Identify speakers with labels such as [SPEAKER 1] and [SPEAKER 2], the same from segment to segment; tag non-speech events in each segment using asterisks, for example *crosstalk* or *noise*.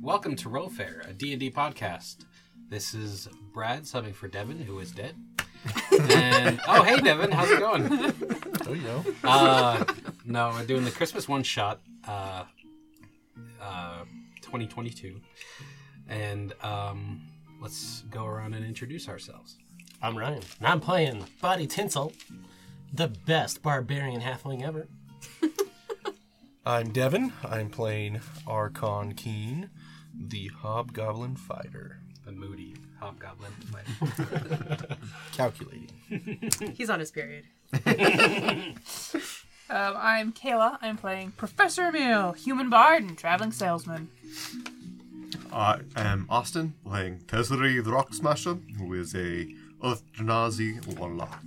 [SPEAKER 1] Welcome to Roll Fair, a D&D podcast. This is Brad subbing for Devin, who is dead. and oh, hey Devin, how's it going?
[SPEAKER 2] Oh, you know.
[SPEAKER 1] Uh, no, we're doing the Christmas one shot, uh, uh, 2022, and um, let's go around and introduce ourselves.
[SPEAKER 3] I'm Ryan, and I'm playing Body Tinsel, the best barbarian halfling ever.
[SPEAKER 2] I'm Devin. I'm playing Archon Keen, the Hobgoblin Fighter.
[SPEAKER 1] The moody hobgoblin. fighter.
[SPEAKER 2] Calculating.
[SPEAKER 4] He's on
[SPEAKER 1] *laughs*
[SPEAKER 4] his period.
[SPEAKER 5] *laughs* Um, I'm Kayla. I'm playing Professor Emil, human bard and traveling salesman.
[SPEAKER 6] I am Austin, playing Tesleri the Rock Smasher, who is a Uthdranazi warlock.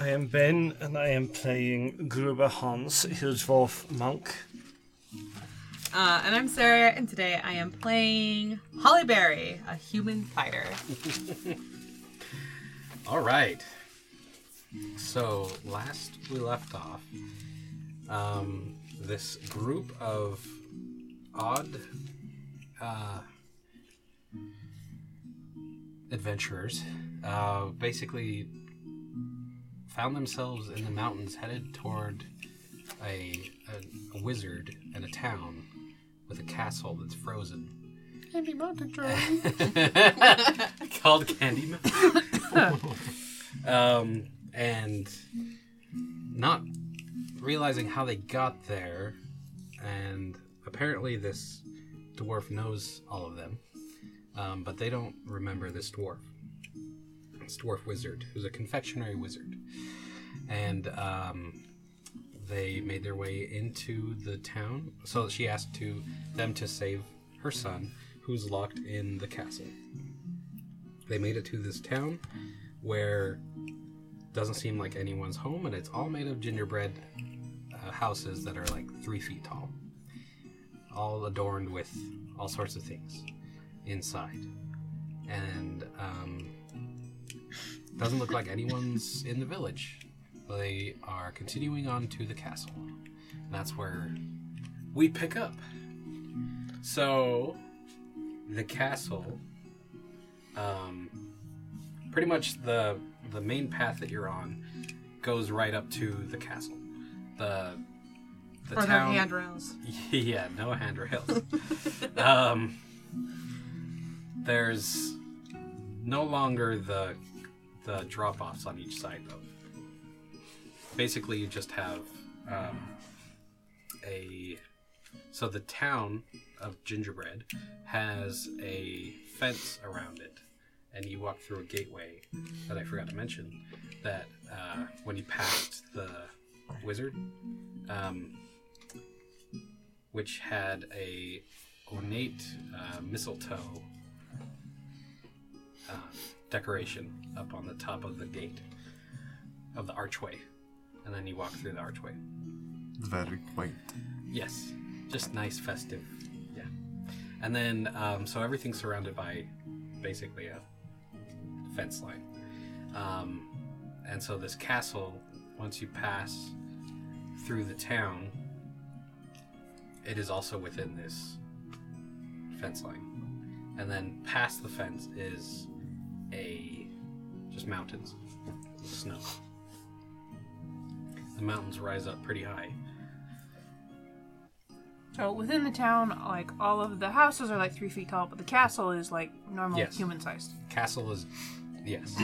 [SPEAKER 7] I am Ben, and I am playing Gruber Hans Hildwolf Monk.
[SPEAKER 4] Uh, and I'm Sarah, and today I am playing Holly Berry, a human fighter.
[SPEAKER 1] All right. So last we left off, um, this group of odd uh, adventurers uh, basically found themselves in the mountains, headed toward a, a, a wizard and a town with a castle that's frozen. Candy Mountain *laughs* Called Candy Mountain um, and not realizing how they got there, and apparently this dwarf knows all of them, um, but they don't remember this dwarf. This dwarf wizard, who's a confectionery wizard, and um, they made their way into the town. So she asked to them to save her son, who's locked in the castle. They made it to this town where doesn't seem like anyone's home and it's all made of gingerbread uh, houses that are like three feet tall all adorned with all sorts of things inside and um, doesn't look like anyone's in the village they are continuing on to the castle and that's where we pick up so the castle um, pretty much the the main path that you're on goes right up to the castle. The the
[SPEAKER 4] Or their
[SPEAKER 1] town.
[SPEAKER 4] handrails.
[SPEAKER 1] *laughs* yeah, no handrails. um, there's no longer the the drop offs on each side though. Basically, you just have um, a so the town of Gingerbread has a fence around it, and you walk through a gateway that I forgot to mention. That uh, when you passed the wizard, um, which had a ornate uh, mistletoe uh, decoration up on the top of the gate of the archway, and then you walk through the archway.
[SPEAKER 6] Very quaint.
[SPEAKER 1] Yes, just nice, festive. Yeah, and then um, so everything's surrounded by basically a fence line, um, and so this castle. Once you pass through the town, it is also within this fence line, and then past the fence is a just mountains, snow. The mountains rise up pretty high.
[SPEAKER 5] So within the town, like all of the houses are like three feet tall, but the castle is like normal
[SPEAKER 1] Yes.
[SPEAKER 5] human sized.
[SPEAKER 1] Castle is, yes,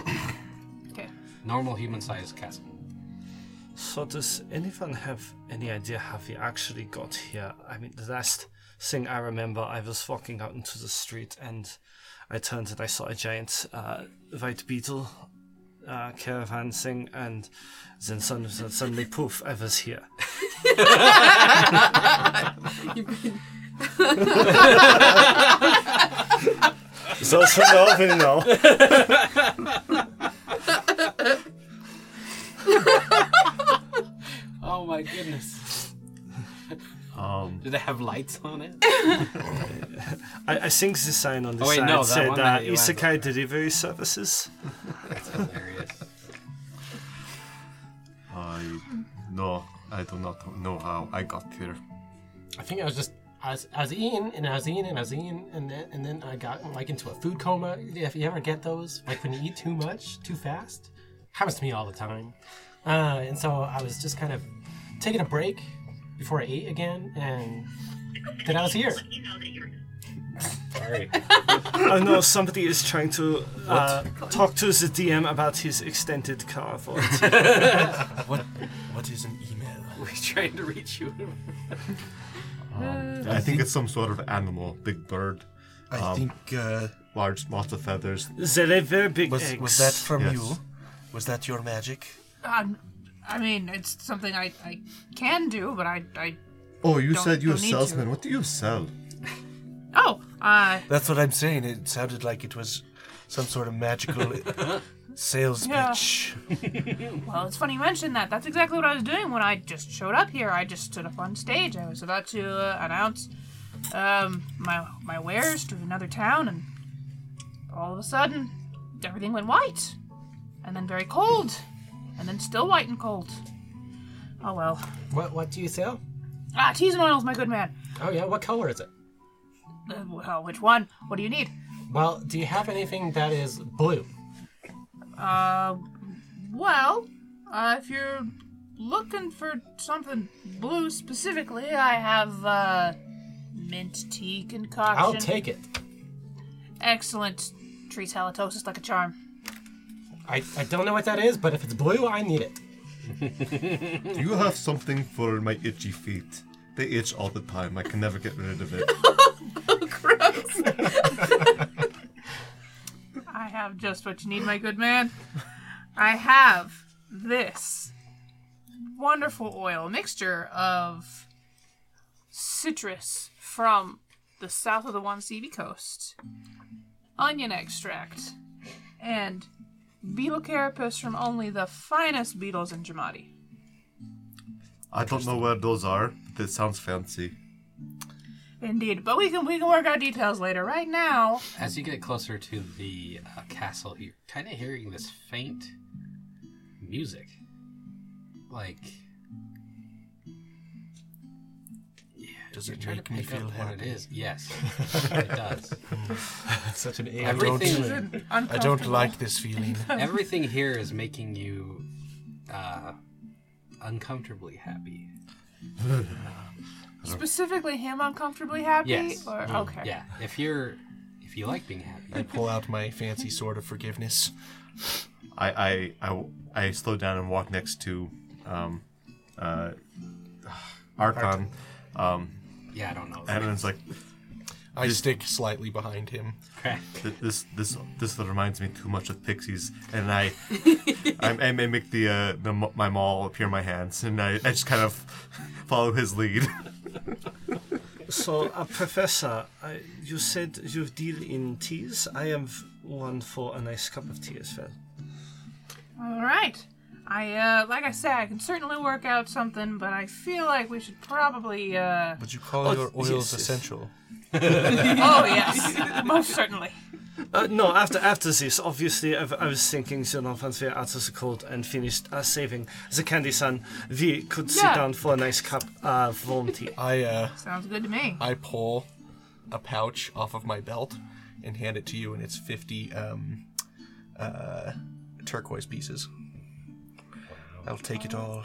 [SPEAKER 5] Okay.
[SPEAKER 1] normal human-sized castle.
[SPEAKER 7] So, does anyone have any idea how we actually got here? I mean, the last thing I remember, I was walking out into the street and I turned and I saw a giant uh, white beetle uh, caravan thing, and then suddenly, suddenly poof, I was here. Those who know will know.
[SPEAKER 1] Oh my goodness!
[SPEAKER 6] Um,
[SPEAKER 1] Did it have lights on it?
[SPEAKER 7] I, I think the sign on the
[SPEAKER 1] Oh, wait,
[SPEAKER 7] side
[SPEAKER 1] no, that
[SPEAKER 7] said
[SPEAKER 1] one
[SPEAKER 7] uh,
[SPEAKER 1] that you had
[SPEAKER 7] Isekai Delivery Services.
[SPEAKER 1] That's hilarious.
[SPEAKER 6] I no, I do not know how I got here.
[SPEAKER 3] I think I was just I was, I was eating and I was eating and I was eating and then and then I got like into a food coma. If you ever get those, like when you eat too much, too fast, happens to me all the time. Uh, and so I was just kind of taking a break before I ate again, and then I was here.
[SPEAKER 1] Sorry.
[SPEAKER 7] I know Oh, somebody is trying to uh, talk to the DM about his extended car for
[SPEAKER 1] *laughs*
[SPEAKER 7] it.
[SPEAKER 2] What? What is an email?
[SPEAKER 3] We're trying to reach you.
[SPEAKER 6] I think it's some sort of animal, big bird,
[SPEAKER 2] I think uh,
[SPEAKER 6] large, lots of feathers.
[SPEAKER 7] They're very big
[SPEAKER 2] was
[SPEAKER 7] eggs.
[SPEAKER 2] was that from
[SPEAKER 6] Yes.
[SPEAKER 2] you? Was that your magic?
[SPEAKER 5] Um, I mean, it's something I, I can do, but I, I
[SPEAKER 6] Oh, you
[SPEAKER 5] Don't-
[SPEAKER 6] said you're a
[SPEAKER 5] don't need to.
[SPEAKER 6] salesman. What do you sell?
[SPEAKER 5] oh, uh,
[SPEAKER 2] That's what I'm saying. It sounded like it was some sort of magical sales
[SPEAKER 5] Yeah.
[SPEAKER 2] pitch.
[SPEAKER 5] well, it's funny you mentioned that. That's exactly what I was doing when I just showed up here. I just stood up on stage. I was about to uh, announce um my my wares to another town, and all of a sudden, everything went white, and then very cold, and then still white and cold. Oh well.
[SPEAKER 3] What what do you sell?
[SPEAKER 5] Ah, teas and oils, my good man.
[SPEAKER 3] Oh yeah, what color is it?
[SPEAKER 5] Uh, well, which one? What do you need?
[SPEAKER 3] Well, do you have anything that is blue?
[SPEAKER 5] Uh, well, uh, if you're looking for something blue specifically, I have uh, mint tea concoction.
[SPEAKER 3] I'll take it.
[SPEAKER 5] Excellent. Treats halitosis like a charm.
[SPEAKER 3] I, I don't know what that is, but if it's blue, I need it.
[SPEAKER 6] Do you have something for my itchy feet? They itch all the time. I can never get rid of
[SPEAKER 5] *laughs*
[SPEAKER 6] it.
[SPEAKER 4] Gross.
[SPEAKER 5] I have just what you need, my good man. I have this wonderful oil mixture of citrus from the south of the Wansebe coast, onion extract, and beetle carapace from only the finest beetles in Jamadi.
[SPEAKER 6] I don't know where those are. That sounds fancy.
[SPEAKER 5] Indeed, but we can we can work out details later. Right now,
[SPEAKER 1] As you get closer to the uh, castle, you're kind of hearing this faint music. Like,
[SPEAKER 2] Does
[SPEAKER 1] you're
[SPEAKER 2] it
[SPEAKER 1] trying
[SPEAKER 2] make
[SPEAKER 1] to
[SPEAKER 2] me
[SPEAKER 1] pick
[SPEAKER 2] feel
[SPEAKER 1] up what it
[SPEAKER 2] happy?
[SPEAKER 1] is. Yes, it does.
[SPEAKER 3] Such an
[SPEAKER 2] I
[SPEAKER 1] Everything-
[SPEAKER 2] don't. I don't like this feeling.
[SPEAKER 1] Everything here is making you uh, uncomfortably happy.
[SPEAKER 5] specifically him uncomfortably happy.
[SPEAKER 1] Yes. Mm.
[SPEAKER 5] Or, okay.
[SPEAKER 1] Yeah, if you're, if you like being happy,
[SPEAKER 2] I pull out my fancy sword of forgiveness.
[SPEAKER 6] I I, I, I slow down and walk next to um, uh, Archon. Um,
[SPEAKER 1] yeah, I don't know.
[SPEAKER 6] and it's like
[SPEAKER 2] I stick slightly behind him.
[SPEAKER 1] Okay.
[SPEAKER 6] Th- this this this reminds me too much of pixies, and I I, I mimic the, uh, the m- my maul appear in my hands, and I, I just kind of *laughs* follow his lead. *laughs*
[SPEAKER 7] So, uh, Professor, I, you said you deal in teas. I have one for a nice cup of tea as well.
[SPEAKER 5] All right. I uh, like I said, I can certainly work out something, but I feel like we should probably. Uh...
[SPEAKER 2] Would you call
[SPEAKER 7] Oh,
[SPEAKER 2] your
[SPEAKER 7] yes,
[SPEAKER 2] oils
[SPEAKER 7] yes.
[SPEAKER 2] essential?
[SPEAKER 5] oh yes, most certainly.
[SPEAKER 7] Uh, no, after after this, obviously, I, I was thinking, you know, once we're out of the cold and finished uh, saving the candy sun, we could sit
[SPEAKER 5] Yeah.
[SPEAKER 7] down for a nice cup of warm tea.
[SPEAKER 2] I uh,
[SPEAKER 5] Sounds good to me.
[SPEAKER 2] I pull a pouch off of my belt and hand it to you, and it's fifty um, uh, turquoise pieces. I'll take it all,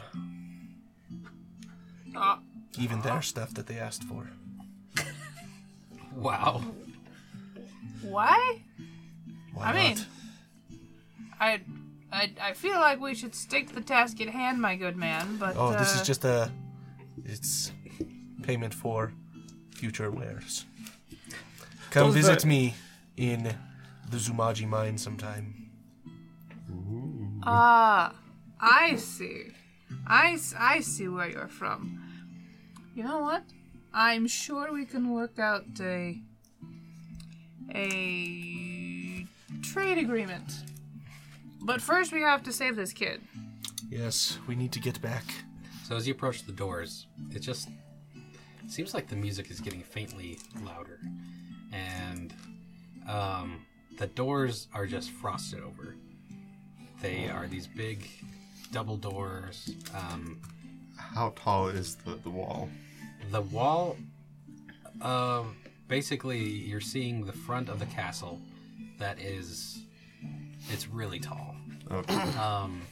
[SPEAKER 5] Uh,
[SPEAKER 2] even their stuff that they asked for.
[SPEAKER 1] Wow.
[SPEAKER 5] why?
[SPEAKER 2] Why
[SPEAKER 5] I mean-
[SPEAKER 2] not?
[SPEAKER 5] I, I, I feel like we should stick to the task at hand, my good man. But
[SPEAKER 2] Oh, this
[SPEAKER 5] uh,
[SPEAKER 2] is just a. It's payment for future wares. Come
[SPEAKER 7] Those
[SPEAKER 2] visit
[SPEAKER 7] that-
[SPEAKER 2] me in the Zumaji mine sometime.
[SPEAKER 5] Ah, I see. I, s- I see where you're from. You know what? I'm sure we can work out a a trade agreement. But first, we have to save this kid.
[SPEAKER 2] Yes, we need to get back.
[SPEAKER 1] So as you approach the doors, it just seems like the music is getting faintly louder, and um, the doors are just frosted over. They are these big double doors. Um,
[SPEAKER 6] How tall is the, the wall?
[SPEAKER 1] the wall Um, basically, you're seeing the front of the castle that is. It's really tall.
[SPEAKER 6] Okay.
[SPEAKER 1] Um,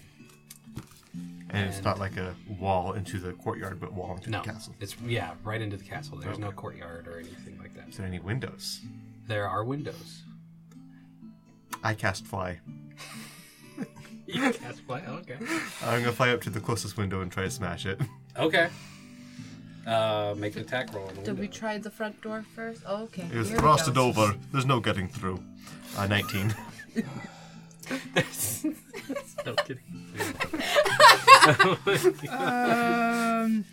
[SPEAKER 6] And it's not like a wall into the courtyard, but wall into
[SPEAKER 1] no.
[SPEAKER 6] the castle.
[SPEAKER 1] It's, yeah, right into the castle. There's no courtyard or anything like that.
[SPEAKER 6] Is there any windows?
[SPEAKER 1] There are windows.
[SPEAKER 6] I cast fly.
[SPEAKER 1] That's why, okay.
[SPEAKER 6] I'm gonna fly up to the closest window and try to smash it. *laughs*
[SPEAKER 1] Okay. Uh, make an attack roll. On the
[SPEAKER 4] Did we
[SPEAKER 1] window.
[SPEAKER 4] try the front door first? Oh, okay.
[SPEAKER 6] It was
[SPEAKER 4] Here we
[SPEAKER 6] frosted
[SPEAKER 4] go.
[SPEAKER 6] over. There's no getting through. Uh, 19.
[SPEAKER 1] No kidding.
[SPEAKER 5] Um.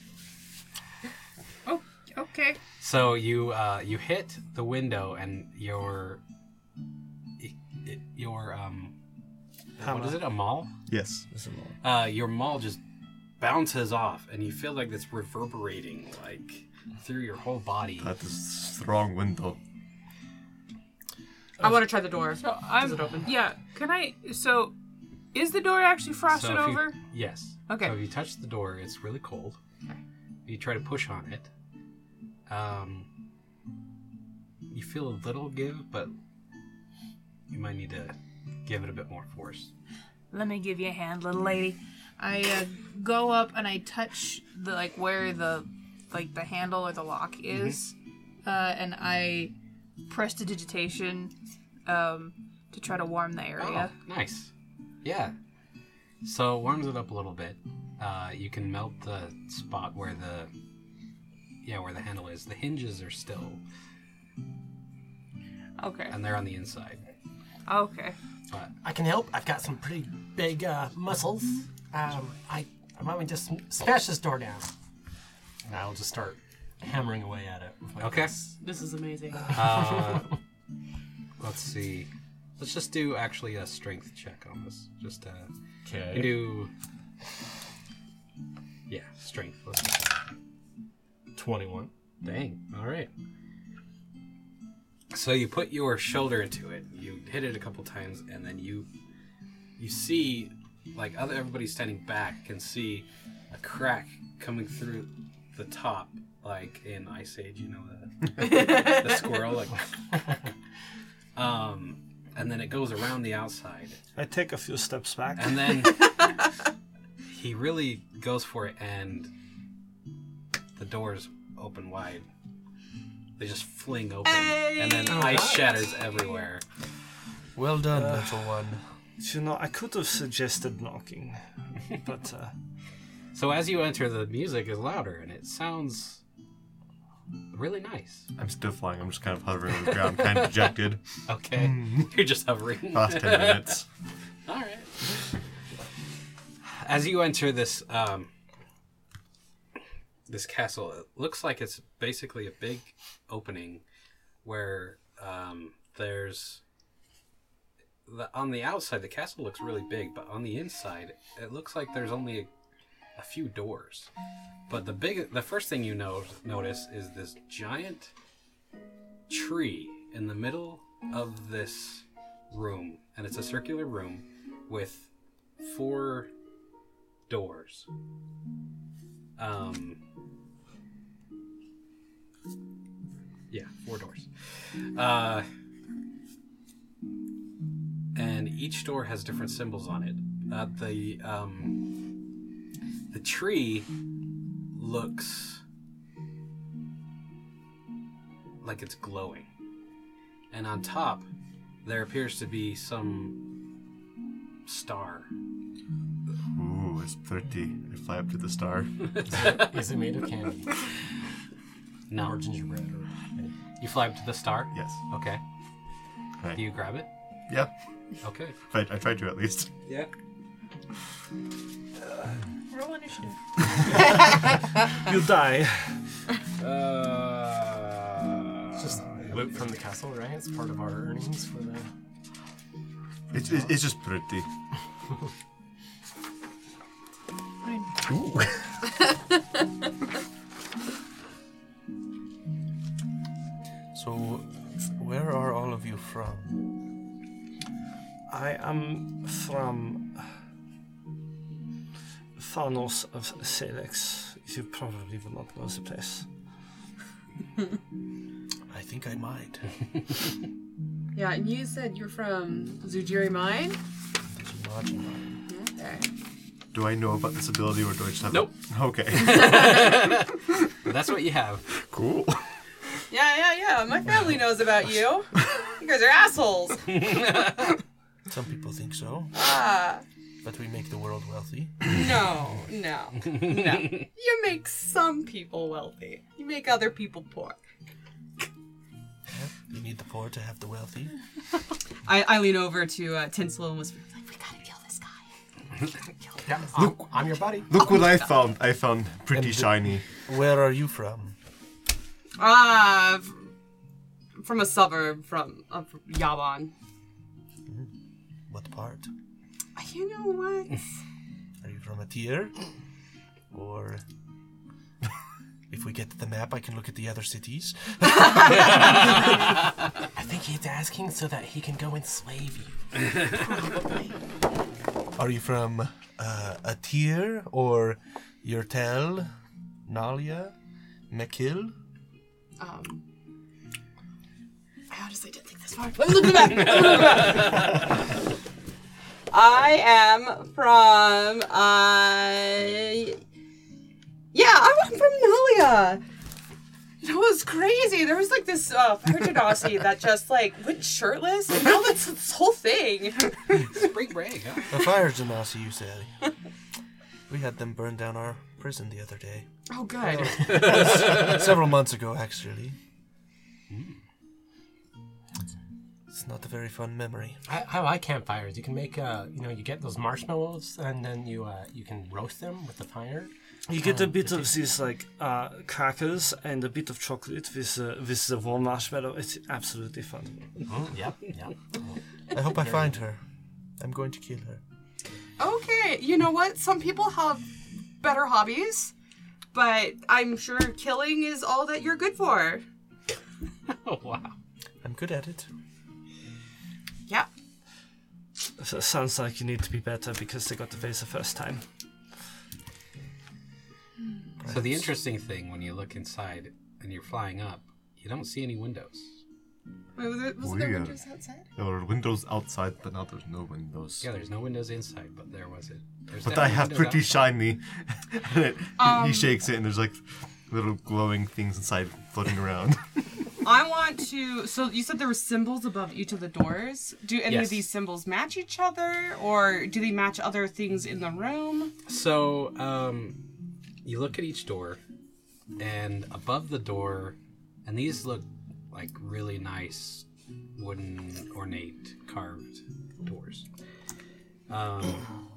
[SPEAKER 5] Oh, okay.
[SPEAKER 1] So you uh, you hit the window and your i- i- your um what
[SPEAKER 7] Hammer.
[SPEAKER 1] is it a maul?
[SPEAKER 6] Yes.
[SPEAKER 7] This is all.
[SPEAKER 1] Uh, your maul just bounces off and you feel like it's reverberating like through your whole body.
[SPEAKER 6] That is strong window.
[SPEAKER 4] I want to try the door.
[SPEAKER 5] So I'm.
[SPEAKER 4] it open?
[SPEAKER 5] Yeah. Can I? So, is the door actually frosted
[SPEAKER 1] if you-
[SPEAKER 5] over?
[SPEAKER 1] Yes.
[SPEAKER 5] Okay.
[SPEAKER 1] So if you touch the door, it's really cold. If you try to push on it, um, you feel a little give, but you might need to give it a bit more force.
[SPEAKER 5] Let me give you a hand, little lady. I uh, go up and I touch the like where the like the handle or the lock is, uh, and I press the digitation um, to try to warm the area.
[SPEAKER 1] Oh, nice. Yeah. So it warms it up a little bit. Uh, you can melt the spot where the yeah where the handle is. The hinges are still,
[SPEAKER 5] Okay.
[SPEAKER 1] and they're on the inside.
[SPEAKER 5] Okay.
[SPEAKER 1] But
[SPEAKER 3] I can help. I've got some pretty big uh, muscles. Um, I, I might just sm- smash this door down. And I'll just start hammering away at it. With my
[SPEAKER 1] okay.
[SPEAKER 4] This is amazing.
[SPEAKER 1] Uh, let's see. Let's just do actually a strength check on this. Just uh, you
[SPEAKER 7] Okay.
[SPEAKER 1] do. Yeah, strength. Let's
[SPEAKER 7] 21.
[SPEAKER 1] Dang. All right. So you put your shoulder into it. You hit it a couple times, and then you you see like other everybody standing back can see a crack coming through the top, like in Ice Age. You know the, the squirrel, like *laughs* um, and then it goes around the outside,
[SPEAKER 7] I take a few steps back.
[SPEAKER 1] and then he really goes for it, and the doors open wide. They just fling open, and then ice shatters everywhere.
[SPEAKER 2] Well done, little one.
[SPEAKER 7] You know, I could have suggested knocking, but uh,
[SPEAKER 1] So as you enter, the music is louder, and it sounds really nice.
[SPEAKER 6] I'm still flying. I'm just kind of hovering on the ground, kind of dejected.
[SPEAKER 1] Okay, *laughs* you're just hovering.
[SPEAKER 6] Last 10 minutes.
[SPEAKER 1] All right. As you enter this um, this castle, it looks like it's basically a big opening where um, there's the, on the outside the castle looks really big, but on the inside it looks like there's only a, a few doors. But the big the first thing you know, notice is this giant tree in the middle of this room, and it's a circular room with four doors. Um, yeah, four doors. Uh, and each door has different symbols on it. Uh, the um, the tree looks like it's glowing, and on top there appears to be some star.
[SPEAKER 6] Ooh, it's 30. I fly up to the star.
[SPEAKER 3] Is it made of candy
[SPEAKER 1] No,
[SPEAKER 3] or gingerbread? Or...
[SPEAKER 1] you fly up to the star.
[SPEAKER 6] Yes.
[SPEAKER 1] Okay.
[SPEAKER 6] Right.
[SPEAKER 1] Do you grab it?
[SPEAKER 6] Yeah.
[SPEAKER 1] Okay.
[SPEAKER 6] I, I tried to at least.
[SPEAKER 1] Yeah.
[SPEAKER 4] Roll initiative.
[SPEAKER 7] you die.
[SPEAKER 1] Uh,
[SPEAKER 3] Just loot from the castle, right? It's part of our earnings for the.
[SPEAKER 6] It's, it's, it's just pretty. Ooh.
[SPEAKER 2] So, where are all of you from?
[SPEAKER 7] I am from far north of Salix. You probably will not know the place.
[SPEAKER 2] I think I might. *laughs*
[SPEAKER 4] Yeah, and you said you're from Zujiri Mine? Okay.
[SPEAKER 6] Do I know about this ability or do I just have
[SPEAKER 1] Nope.
[SPEAKER 6] it? *laughs* Okay.
[SPEAKER 1] That's what you have. *laughs*
[SPEAKER 6] cool.
[SPEAKER 4] Yeah, yeah, yeah. My family knows about you. You guys are assholes.
[SPEAKER 2] Some people think so,
[SPEAKER 4] Ah,
[SPEAKER 2] but we make the world wealthy.
[SPEAKER 4] no, no, no. You make some people wealthy. You make other people poor.
[SPEAKER 2] You need the poor to have the wealthy.
[SPEAKER 4] I, I lean over to uh, Tinsel and whisper, like, we gotta kill this guy.
[SPEAKER 3] Yeah, I'm, I'm your buddy.
[SPEAKER 6] Look what I found. I found pretty
[SPEAKER 2] And the-
[SPEAKER 6] shiny.
[SPEAKER 2] Where are you from?
[SPEAKER 4] Ah, f- from a suburb from, uh, from Yaban.
[SPEAKER 2] What part?
[SPEAKER 4] You know what?
[SPEAKER 2] Are you from a tier? Or. *laughs* If we get to the map, I can look at the other cities.
[SPEAKER 3] I think he's asking so that he can go enslave you.
[SPEAKER 2] Are you from uh, a tier or Yertel, Nalia, Mekil?
[SPEAKER 4] Um, I honestly didn't think this far. Let me look at the map. Let me look at the map. I am from. Uh, yeah, I'm from Nalia. It was crazy. There was like this uh, fire genasi that just like went shirtless, and now that's this whole thing.
[SPEAKER 1] Spring break. Huh?
[SPEAKER 2] The fire genasi, you say? We had them burn down our prison the other day.
[SPEAKER 4] Oh, good.
[SPEAKER 2] Several months ago, actually. Hmm. It's not a very fun memory.
[SPEAKER 3] I, I like campfires. You can make, uh, you know, you get those marshmallows and then you uh, you can roast them with the fire.
[SPEAKER 7] You get
[SPEAKER 2] Oh,
[SPEAKER 7] a bit of these like uh, crackers and a bit of chocolate with uh, with the warm marshmallow. It's absolutely fun.
[SPEAKER 3] Yep, yep.
[SPEAKER 2] I hope I find her. I'm going to kill her.
[SPEAKER 4] Okay, you know what? Some people have better hobbies, but I'm sure killing is all that you're good for.
[SPEAKER 1] Oh wow.
[SPEAKER 2] I'm good at it.
[SPEAKER 4] Yeah.
[SPEAKER 7] So it sounds like you need to be better because they got the vase the first time.
[SPEAKER 1] So the interesting thing when you look inside and you're flying up, you don't see any windows.
[SPEAKER 4] Wait, was it, was
[SPEAKER 6] Weird.
[SPEAKER 4] outside?
[SPEAKER 6] There were windows outside, but now there's no windows.
[SPEAKER 1] Yeah, there's no windows inside, but there was it. There's
[SPEAKER 6] but I
[SPEAKER 1] definitely
[SPEAKER 6] have
[SPEAKER 1] windows
[SPEAKER 6] pretty
[SPEAKER 1] outside.
[SPEAKER 6] shiny. *laughs* and it, he
[SPEAKER 1] Um,
[SPEAKER 6] shakes it, and there's like little glowing things inside floating
[SPEAKER 1] *laughs*
[SPEAKER 6] around.
[SPEAKER 4] I want to. So you said there were symbols above each of the doors. Do any
[SPEAKER 1] Yes.
[SPEAKER 4] of these symbols match each other, or do they match other things in the room?
[SPEAKER 1] So, um, you look at each door, and above the door, and these look like really nice wooden, ornate, carved doors. Um,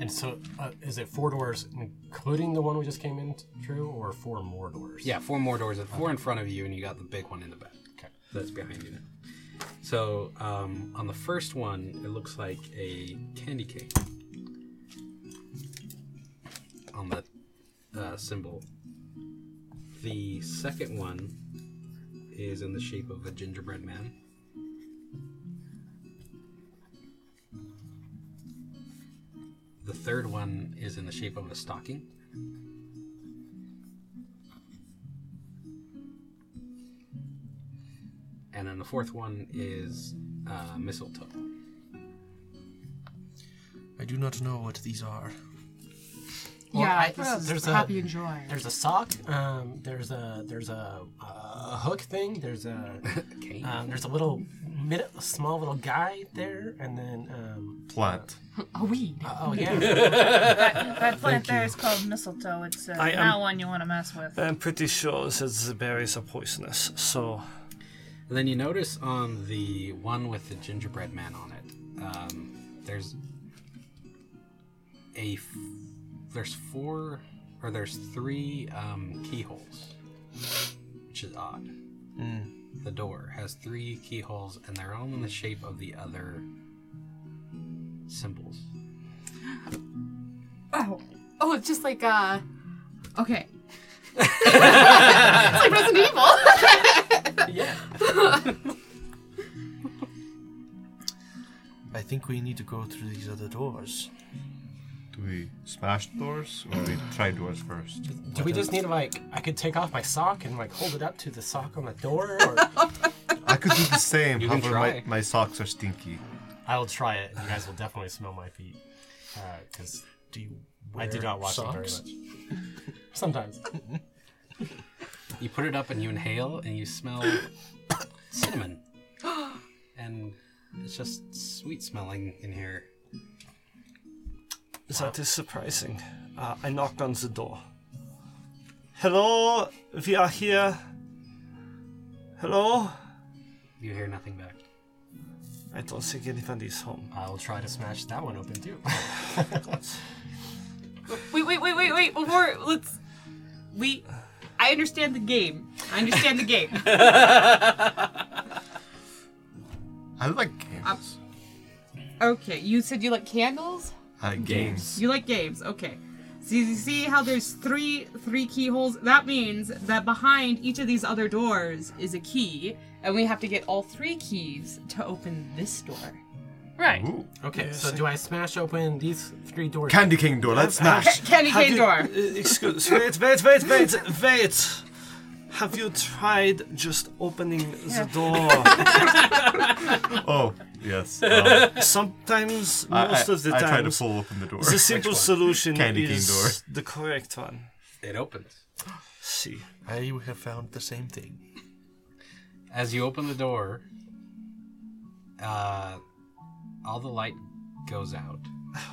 [SPEAKER 3] And so, uh, is it four doors, including the one we just came in through, or four more doors?
[SPEAKER 1] yeah, four more doors. Four in front of you, and you got the big one in the back.
[SPEAKER 3] Okay.
[SPEAKER 1] That's behind you now. So, um, on the first one, it looks like a candy cane. On that uh, symbol. The second one is in the shape of a gingerbread man. The third one is in the shape of a stocking. And then the fourth one is uh, mistletoe.
[SPEAKER 2] I do not know what these are.
[SPEAKER 3] Well,
[SPEAKER 5] yeah,
[SPEAKER 3] I-
[SPEAKER 5] this is
[SPEAKER 3] there's a-
[SPEAKER 5] happy and joy.
[SPEAKER 3] There's a sock. Um, there's a there's a, a hook thing. There's *laughs* a
[SPEAKER 1] Okay.
[SPEAKER 3] um, there's a little mid, a small little guy there, and then um,
[SPEAKER 6] Plant.
[SPEAKER 5] A weed.
[SPEAKER 3] uh, oh *laughs* yeah,
[SPEAKER 5] That plant there is called mistletoe. It's uh,
[SPEAKER 7] I am-
[SPEAKER 5] not one you want to mess with.
[SPEAKER 7] I'm pretty sure that the berries are poisonous, so
[SPEAKER 1] And then you notice on the one with the gingerbread man on it, um, there's a f- there's four or there's three um, keyholes, which is odd. The door has three keyholes, and they're all in the shape of the other symbols.
[SPEAKER 4] Oh, oh, it's just like uh, okay. it's like Resident Evil.
[SPEAKER 1] yeah.
[SPEAKER 2] I think we need to go through these other doors.
[SPEAKER 6] Do we smash doors or do we try doors first?
[SPEAKER 3] Do we just need like I could take off my sock and like hold it up to the sock on the door? *laughs* Or...
[SPEAKER 6] I could do the same.
[SPEAKER 1] You can
[SPEAKER 6] However,
[SPEAKER 1] try.
[SPEAKER 6] my, my socks are stinky.
[SPEAKER 3] I will try it. and You guys will definitely smell my feet because
[SPEAKER 2] Do you
[SPEAKER 3] I do
[SPEAKER 2] wear
[SPEAKER 3] not wash them very
[SPEAKER 2] socks?
[SPEAKER 3] much. *laughs* Sometimes
[SPEAKER 1] You put it up and you inhale and you smell
[SPEAKER 5] *gasps*
[SPEAKER 1] cinnamon. And it's just sweet smelling in here.
[SPEAKER 7] That is surprising. Uh, I knock on the door. Hello, we are here. Hello?
[SPEAKER 1] You hear nothing back.
[SPEAKER 7] I don't think anybody's home.
[SPEAKER 3] I'll try to smash that one open too.
[SPEAKER 4] Wait, wait, wait, wait, wait. Before let's we I understand the game. I understand
[SPEAKER 3] *laughs*
[SPEAKER 4] the game.
[SPEAKER 6] I like games.
[SPEAKER 1] Uh,
[SPEAKER 4] Okay, you said you like candles?
[SPEAKER 6] I like games.
[SPEAKER 4] You like games. Okay. So you see how there's three three keyholes? That means that behind each of these other doors is a key, and we have to get all three keys to open this door.
[SPEAKER 5] Right.
[SPEAKER 6] Ooh.
[SPEAKER 3] Okay, so do I smash open these three doors?
[SPEAKER 6] Candy King door. Let's
[SPEAKER 1] *laughs*
[SPEAKER 6] smash.
[SPEAKER 4] Candy cane door.
[SPEAKER 7] Have you- uh, excuse wait, wait, wait, wait, wait. Have you tried just opening the door?
[SPEAKER 6] Oh yes. Um,
[SPEAKER 7] Sometimes,
[SPEAKER 6] I,
[SPEAKER 7] most
[SPEAKER 6] I-
[SPEAKER 7] of the
[SPEAKER 6] I
[SPEAKER 7] time,
[SPEAKER 6] try to pull open the door.
[SPEAKER 7] the simple solution
[SPEAKER 6] Candy cane
[SPEAKER 7] is
[SPEAKER 6] door.
[SPEAKER 7] the correct one.
[SPEAKER 1] It opens.
[SPEAKER 7] See,
[SPEAKER 2] I have found the same thing.
[SPEAKER 1] As you open the door, uh, all the light goes out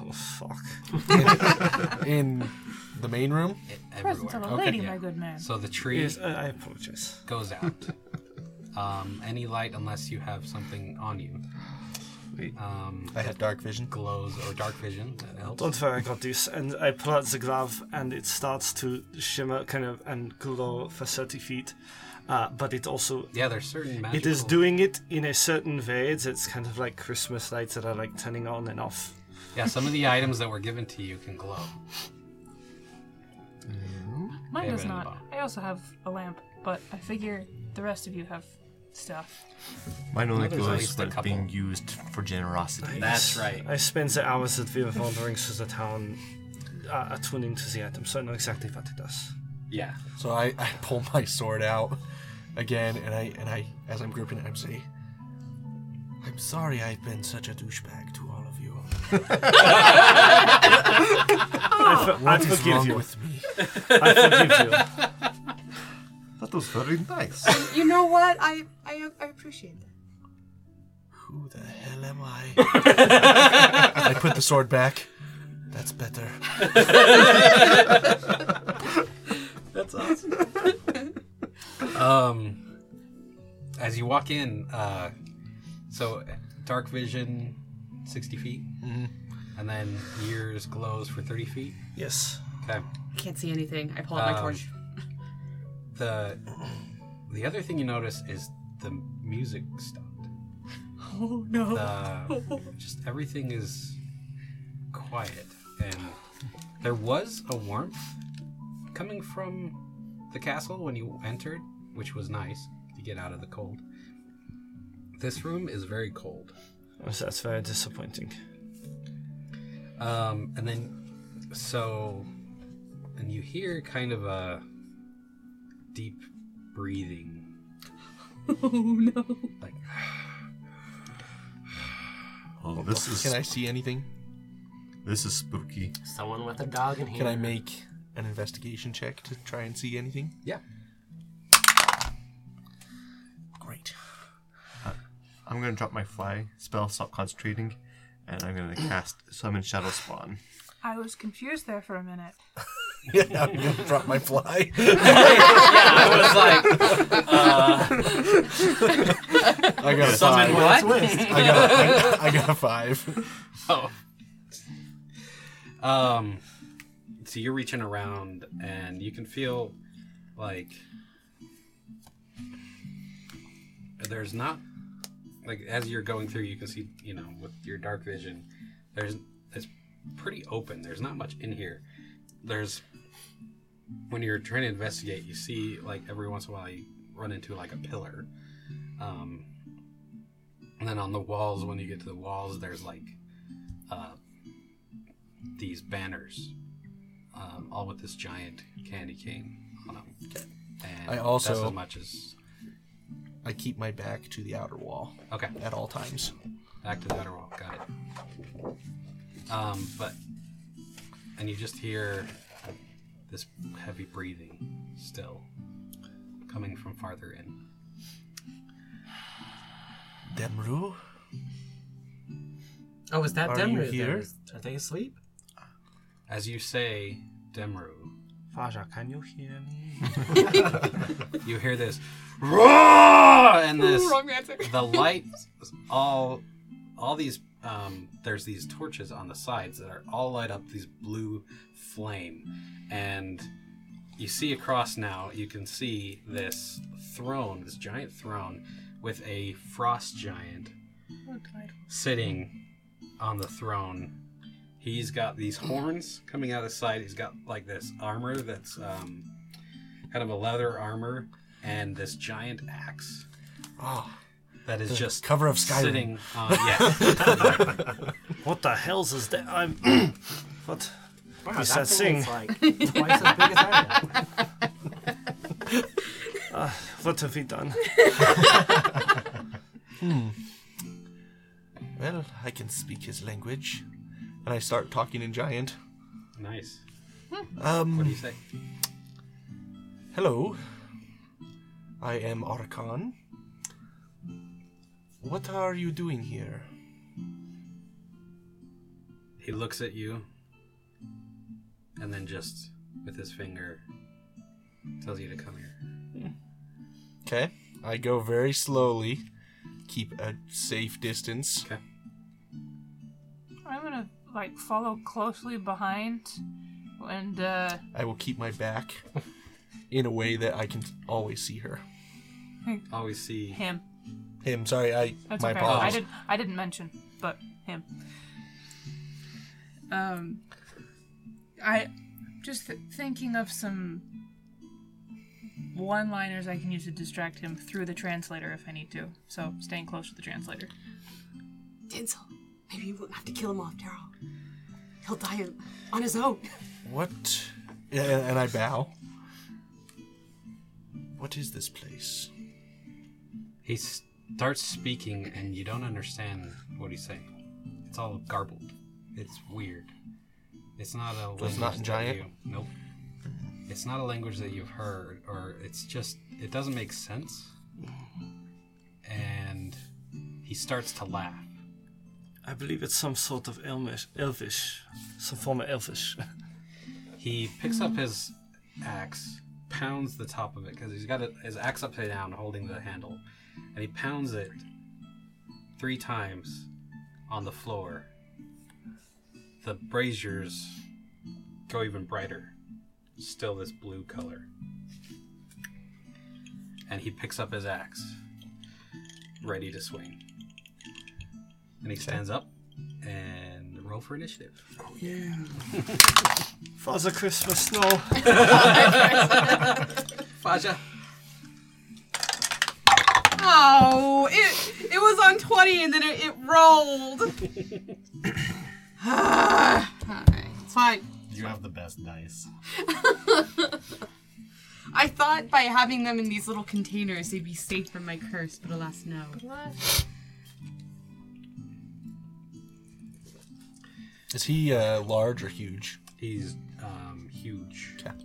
[SPEAKER 7] oh fuck.
[SPEAKER 2] In the main room?
[SPEAKER 5] Presence of
[SPEAKER 1] everywhere.
[SPEAKER 5] a lady,
[SPEAKER 1] yeah.
[SPEAKER 5] my good man.
[SPEAKER 1] So the tree
[SPEAKER 7] Yes, I, I apologize.
[SPEAKER 1] goes
[SPEAKER 7] *laughs*
[SPEAKER 1] out. um, any light, unless you have something on you,
[SPEAKER 2] Wait.
[SPEAKER 1] um,
[SPEAKER 2] I have dark vision.
[SPEAKER 1] glows or dark vision. That helps.
[SPEAKER 7] Don't worry, I got this. And I pull out the glove, and it starts to shimmer, kind of, and glow for thirty feet. Uh, but it also
[SPEAKER 1] Yeah, there's certain magical.
[SPEAKER 7] it is doing it in a certain way. It's, it's kind of like Christmas lights that are like turning on and off.
[SPEAKER 1] Yeah, some of the items that were given to you can glow.
[SPEAKER 5] Mine
[SPEAKER 1] Yeah, right
[SPEAKER 5] does
[SPEAKER 1] in the
[SPEAKER 5] not.
[SPEAKER 1] bottom.
[SPEAKER 5] I also have a lamp, but I figure the rest of you have stuff.
[SPEAKER 6] *laughs* Mine only
[SPEAKER 1] There's at
[SPEAKER 6] goes
[SPEAKER 1] least a
[SPEAKER 6] but being
[SPEAKER 1] couple.
[SPEAKER 6] used for generosity.
[SPEAKER 1] That's right.
[SPEAKER 7] I spend the hours that we are wandering through the town, uh, attuning to the item, so I know exactly what it does.
[SPEAKER 1] Yeah.
[SPEAKER 2] So I, I pull my sword out again, and I and I as I'm gripping it, I'm saying, "I'm sorry, I've been such a douchebag to all of you.
[SPEAKER 7] I, for-
[SPEAKER 2] Oh,
[SPEAKER 7] I
[SPEAKER 2] What is
[SPEAKER 7] forgive
[SPEAKER 2] wrong
[SPEAKER 7] you.
[SPEAKER 2] with me?
[SPEAKER 7] I forgive you.
[SPEAKER 2] *laughs*
[SPEAKER 6] That was very nice.
[SPEAKER 4] You know what? I I, I appreciate that.
[SPEAKER 2] Who the hell am I?" I put the sword back. That's better.
[SPEAKER 1] Um, as you walk in, uh, so dark vision, sixty feet, and then yours glows for thirty feet.
[SPEAKER 7] Yes.
[SPEAKER 1] Okay.
[SPEAKER 4] Can't see anything. I pull out my
[SPEAKER 1] Um,
[SPEAKER 4] torch.
[SPEAKER 1] The the other thing you notice is the music stopped.
[SPEAKER 4] Oh no.
[SPEAKER 1] The, just everything is quiet, and there was a warmth coming from the castle when you entered, which was nice to get out of the cold. This room is very cold.
[SPEAKER 7] Oh, so That's very disappointing.
[SPEAKER 1] Um, and then, so, and you hear kind of a deep breathing. Oh no! Like,
[SPEAKER 6] Oh, this
[SPEAKER 2] Can
[SPEAKER 6] is
[SPEAKER 2] I see anything?
[SPEAKER 6] this is spooky.
[SPEAKER 3] Someone with a dog in here.
[SPEAKER 2] Can I make an investigation check to try and see anything?
[SPEAKER 1] yeah,
[SPEAKER 2] Great.
[SPEAKER 6] I'm gonna drop my fly spell, stop concentrating, and I'm gonna cast summon shadow spawn.
[SPEAKER 5] I was confused there for a minute.
[SPEAKER 2] *laughs* yeah, I'm gonna drop my fly. I got a
[SPEAKER 1] Summon
[SPEAKER 2] five.
[SPEAKER 1] what?
[SPEAKER 2] *laughs* I got a, I, I got a five.
[SPEAKER 1] oh. Um, so you're reaching around, and you can feel like there's not like as you're going through, you can see you know with your dark vision, there's it's pretty open. There's not much in here. There's when you're trying to investigate, you see like every once in a while you run into like a pillar. Um, and then on the walls, when you get to the walls, there's like uh, these banners, um, all with this giant candy cane on them. And
[SPEAKER 2] I also-
[SPEAKER 1] that's as much as
[SPEAKER 2] I keep my back to the outer wall
[SPEAKER 1] okay.
[SPEAKER 2] at all times.
[SPEAKER 1] Back to the outer wall. Got it. Um, but and you just hear this heavy breathing still coming from farther in.
[SPEAKER 2] Demru,
[SPEAKER 3] Oh, is that
[SPEAKER 2] Are
[SPEAKER 3] them
[SPEAKER 2] you
[SPEAKER 3] right there?
[SPEAKER 2] here?
[SPEAKER 3] Is- Are they asleep?
[SPEAKER 1] As you say, Demru,
[SPEAKER 7] Faja, can you hear me?
[SPEAKER 1] you hear this roar and this
[SPEAKER 4] Wrong answer.
[SPEAKER 1] the light all all these um, there's these torches on the sides that are all light up these blue flame and you see across now you can see this throne this giant throne with a frost giant sitting on the throne he's got these horns coming out of the side he's got like this armor that's um, kind of a leather armor and this giant axe that is just
[SPEAKER 2] Oh, cover of Skyrim.
[SPEAKER 1] sitting
[SPEAKER 2] *laughs*
[SPEAKER 1] on yeah
[SPEAKER 7] *laughs* What the hells is that? I'm. *coughs* what?
[SPEAKER 3] Wow,
[SPEAKER 7] He's
[SPEAKER 3] that
[SPEAKER 7] that
[SPEAKER 3] thing is *laughs* like twice as big as I am.
[SPEAKER 7] What have we done?
[SPEAKER 2] *laughs* Well, I can speak his language, and I start talking in giant.
[SPEAKER 1] nice
[SPEAKER 2] Um,
[SPEAKER 1] what do you say
[SPEAKER 2] Hello. I am Arkan. What are you doing here?
[SPEAKER 1] He looks at you and then just with his finger tells you to come here.
[SPEAKER 2] Okay. I go very slowly, keep a safe distance.
[SPEAKER 1] Okay.
[SPEAKER 5] I'm gonna like follow closely behind and uh
[SPEAKER 2] I will keep my *laughs* back in a way that I can always see her.
[SPEAKER 1] Always see
[SPEAKER 5] him.
[SPEAKER 2] Him, sorry, I
[SPEAKER 5] That's
[SPEAKER 2] my
[SPEAKER 5] okay. I
[SPEAKER 2] apologies.
[SPEAKER 5] did I didn't mention, but him. Um I just th- thinking of some one-liners I can use to distract him through the translator if I need to. So staying close to the translator.
[SPEAKER 4] Denzel, maybe you won't have to kill him off, Daryl. He'll die on his own.
[SPEAKER 2] What? Yeah, And I bow. What is this place?
[SPEAKER 1] he starts speaking and you don't understand what he's saying. It's all garbled. It's weird. It's not a language
[SPEAKER 2] it's not
[SPEAKER 1] that
[SPEAKER 2] giant?
[SPEAKER 1] you- nope. It's not a language that you've heard or it's just it doesn't make sense. And he starts to laugh.
[SPEAKER 7] I believe it's some sort of elmish, elvish, some form of elvish.
[SPEAKER 1] He picks up his axe, pounds the top of it because he's got it, his axe upside down, holding the handle, and he pounds it three times on the floor. The braziers go even brighter, still this blue color. And he picks up his axe, ready to swing. And he stands up and roll for initiative.
[SPEAKER 7] Father Christmas, no.
[SPEAKER 1] Faja.
[SPEAKER 4] Oh, it it was on 20 and then it, it rolled. *sighs* Alright, it's fine.
[SPEAKER 8] You have the best
[SPEAKER 3] *laughs*
[SPEAKER 8] dice.
[SPEAKER 4] I thought by having them in these little containers they'd be safe from my curse, but alas, no.
[SPEAKER 2] Is he uh, large or huge?
[SPEAKER 1] He's um, huge.
[SPEAKER 2] Okay.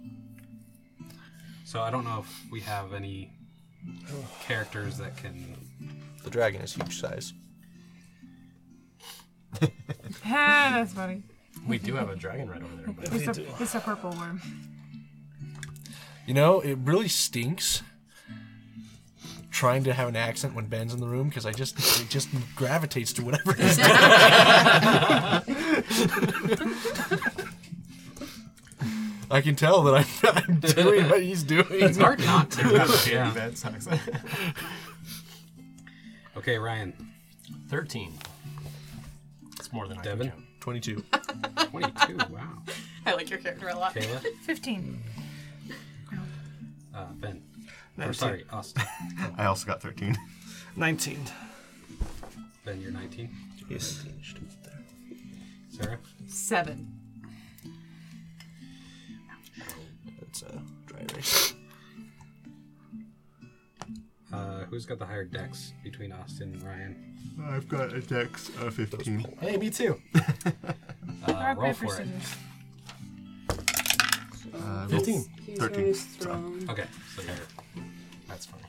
[SPEAKER 1] So I don't know if we have any characters that can.
[SPEAKER 2] The dragon is huge size.
[SPEAKER 5] Ah, that's funny.
[SPEAKER 8] We do have a dragon right over there, but
[SPEAKER 5] It's a, it's a purple worm.
[SPEAKER 2] You know, it really stinks trying to have an accent when Ben's in the room because I just it just gravitates to whatever he's doing. I can tell that I'm, I'm doing what he's doing.
[SPEAKER 1] Hard not to.
[SPEAKER 8] yeah.
[SPEAKER 1] yeah.
[SPEAKER 8] that sucks.
[SPEAKER 3] *laughs*
[SPEAKER 1] Okay, Ryan.
[SPEAKER 8] 13. It's more than I
[SPEAKER 1] Devin?
[SPEAKER 8] can count.
[SPEAKER 2] 22.
[SPEAKER 1] 22. Wow.
[SPEAKER 4] I like your character a lot.
[SPEAKER 1] Kayla.
[SPEAKER 5] 15.
[SPEAKER 1] Uh, ben. I'm sorry, Austin.
[SPEAKER 6] I also got 13.
[SPEAKER 7] 19.
[SPEAKER 1] Ben, you're 19.
[SPEAKER 7] Yes.
[SPEAKER 1] Sarah.
[SPEAKER 4] Seven.
[SPEAKER 2] it's a dry erase.
[SPEAKER 1] Uh, who's got the higher dex between Austin and Ryan?
[SPEAKER 6] I've got a dex uh, 15.
[SPEAKER 3] Hey, me too.
[SPEAKER 1] Uh,
[SPEAKER 5] Rock,
[SPEAKER 1] roll
[SPEAKER 5] paper,
[SPEAKER 1] for it.
[SPEAKER 5] scissors.
[SPEAKER 6] Uh, roll-
[SPEAKER 3] 15.
[SPEAKER 4] He's
[SPEAKER 6] 13.
[SPEAKER 4] always thrown.
[SPEAKER 1] Okay, so you're
[SPEAKER 8] That's funny.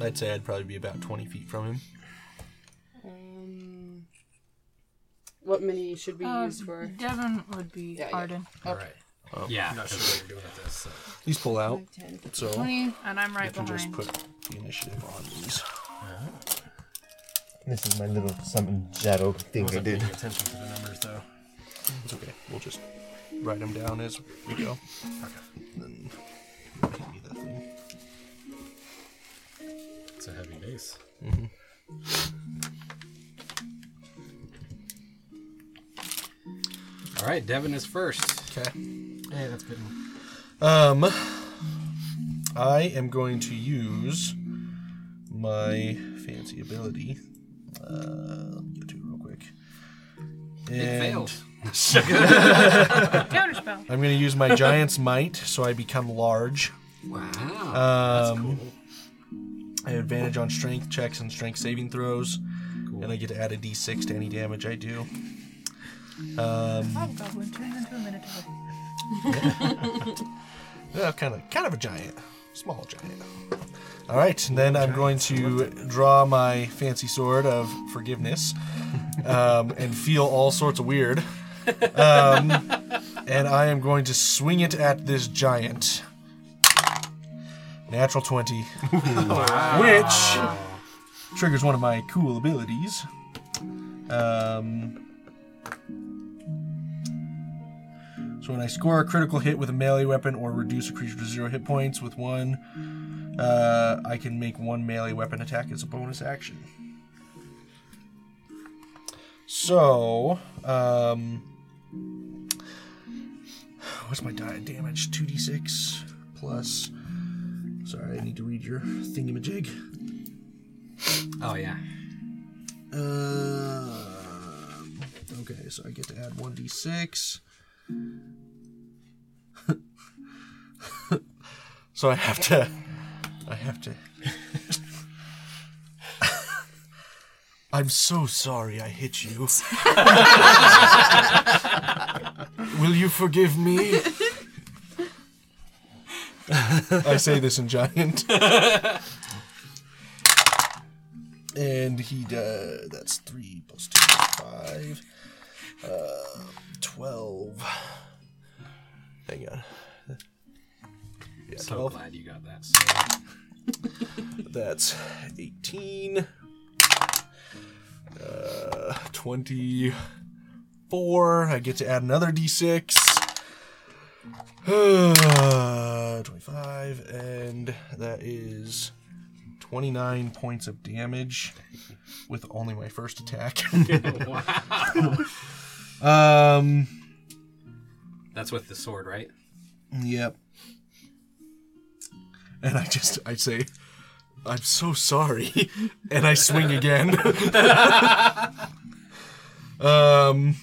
[SPEAKER 2] I'd say I'd probably be about 20 feet from him.
[SPEAKER 4] Um, what mini should be
[SPEAKER 5] Uh,
[SPEAKER 4] used for?
[SPEAKER 5] Devin would be
[SPEAKER 4] Yeah, yeah.
[SPEAKER 5] Arden.
[SPEAKER 1] all right. yeah, because we're doing this. So.
[SPEAKER 2] These pull out,
[SPEAKER 4] 10.
[SPEAKER 2] so I
[SPEAKER 5] 20, and I'm right
[SPEAKER 2] can just
[SPEAKER 5] behind.
[SPEAKER 2] put the initiative on these.
[SPEAKER 9] This is my little something shadow thing I
[SPEAKER 8] Wasn't paying
[SPEAKER 9] did.
[SPEAKER 8] attention to the numbers though.
[SPEAKER 2] It's okay. We'll just write them down as we go. Then give me that thing.
[SPEAKER 8] It's a heavy base.
[SPEAKER 1] All right, Devin is first.
[SPEAKER 2] Okay.
[SPEAKER 3] Hey, that's good. one.
[SPEAKER 2] Um, I am going to use my fancy ability. Uh, let me get to it real quick.
[SPEAKER 1] It
[SPEAKER 2] And
[SPEAKER 1] failed.
[SPEAKER 5] Counterspell.
[SPEAKER 2] I'm going to use my giant's might, so I become large.
[SPEAKER 1] Wow.
[SPEAKER 2] Um, I have advantage on strength checks and strength saving throws, and I get to add a d6 to any damage I do.
[SPEAKER 5] Hobgoblin turns into a minotaur.
[SPEAKER 2] Yeah, kind of, kind of a giant, small giant. All right, and then I'm going to draw my fancy sword of forgiveness, um, and feel all sorts of weird. Um, and I am going to swing it at this giant. Natural twenty, *laughs* which triggers one of my cool abilities. Um, So when I score a critical hit with a melee weapon or reduce a creature to zero hit points with one, uh, I can make one melee weapon attack as a bonus action. So, um, what's my die damage? 2d6 plus. Sorry, I need to read your thingamajig.
[SPEAKER 1] oh yeah.
[SPEAKER 2] Um, okay, so I get to add 1d6. *laughs* so I have to. I have to. *laughs* I'm so sorry I hit you. *laughs* Will you forgive me? I say this in giant. And he does. That's three plus two, is five. Uh, twelve. Hang on. Yeah,
[SPEAKER 1] So
[SPEAKER 2] twelve.
[SPEAKER 1] glad you got that. So,
[SPEAKER 2] That's eighteen. Uh, twenty-four. I get to add another *sighs* d6. Uh, Twenty-five, and that is twenty-nine points of damage with only my first attack. *laughs* um.
[SPEAKER 1] that's with the sword, right?
[SPEAKER 2] Yep. And I just I say, I'm so sorry, *laughs* and I swing again. *laughs* um,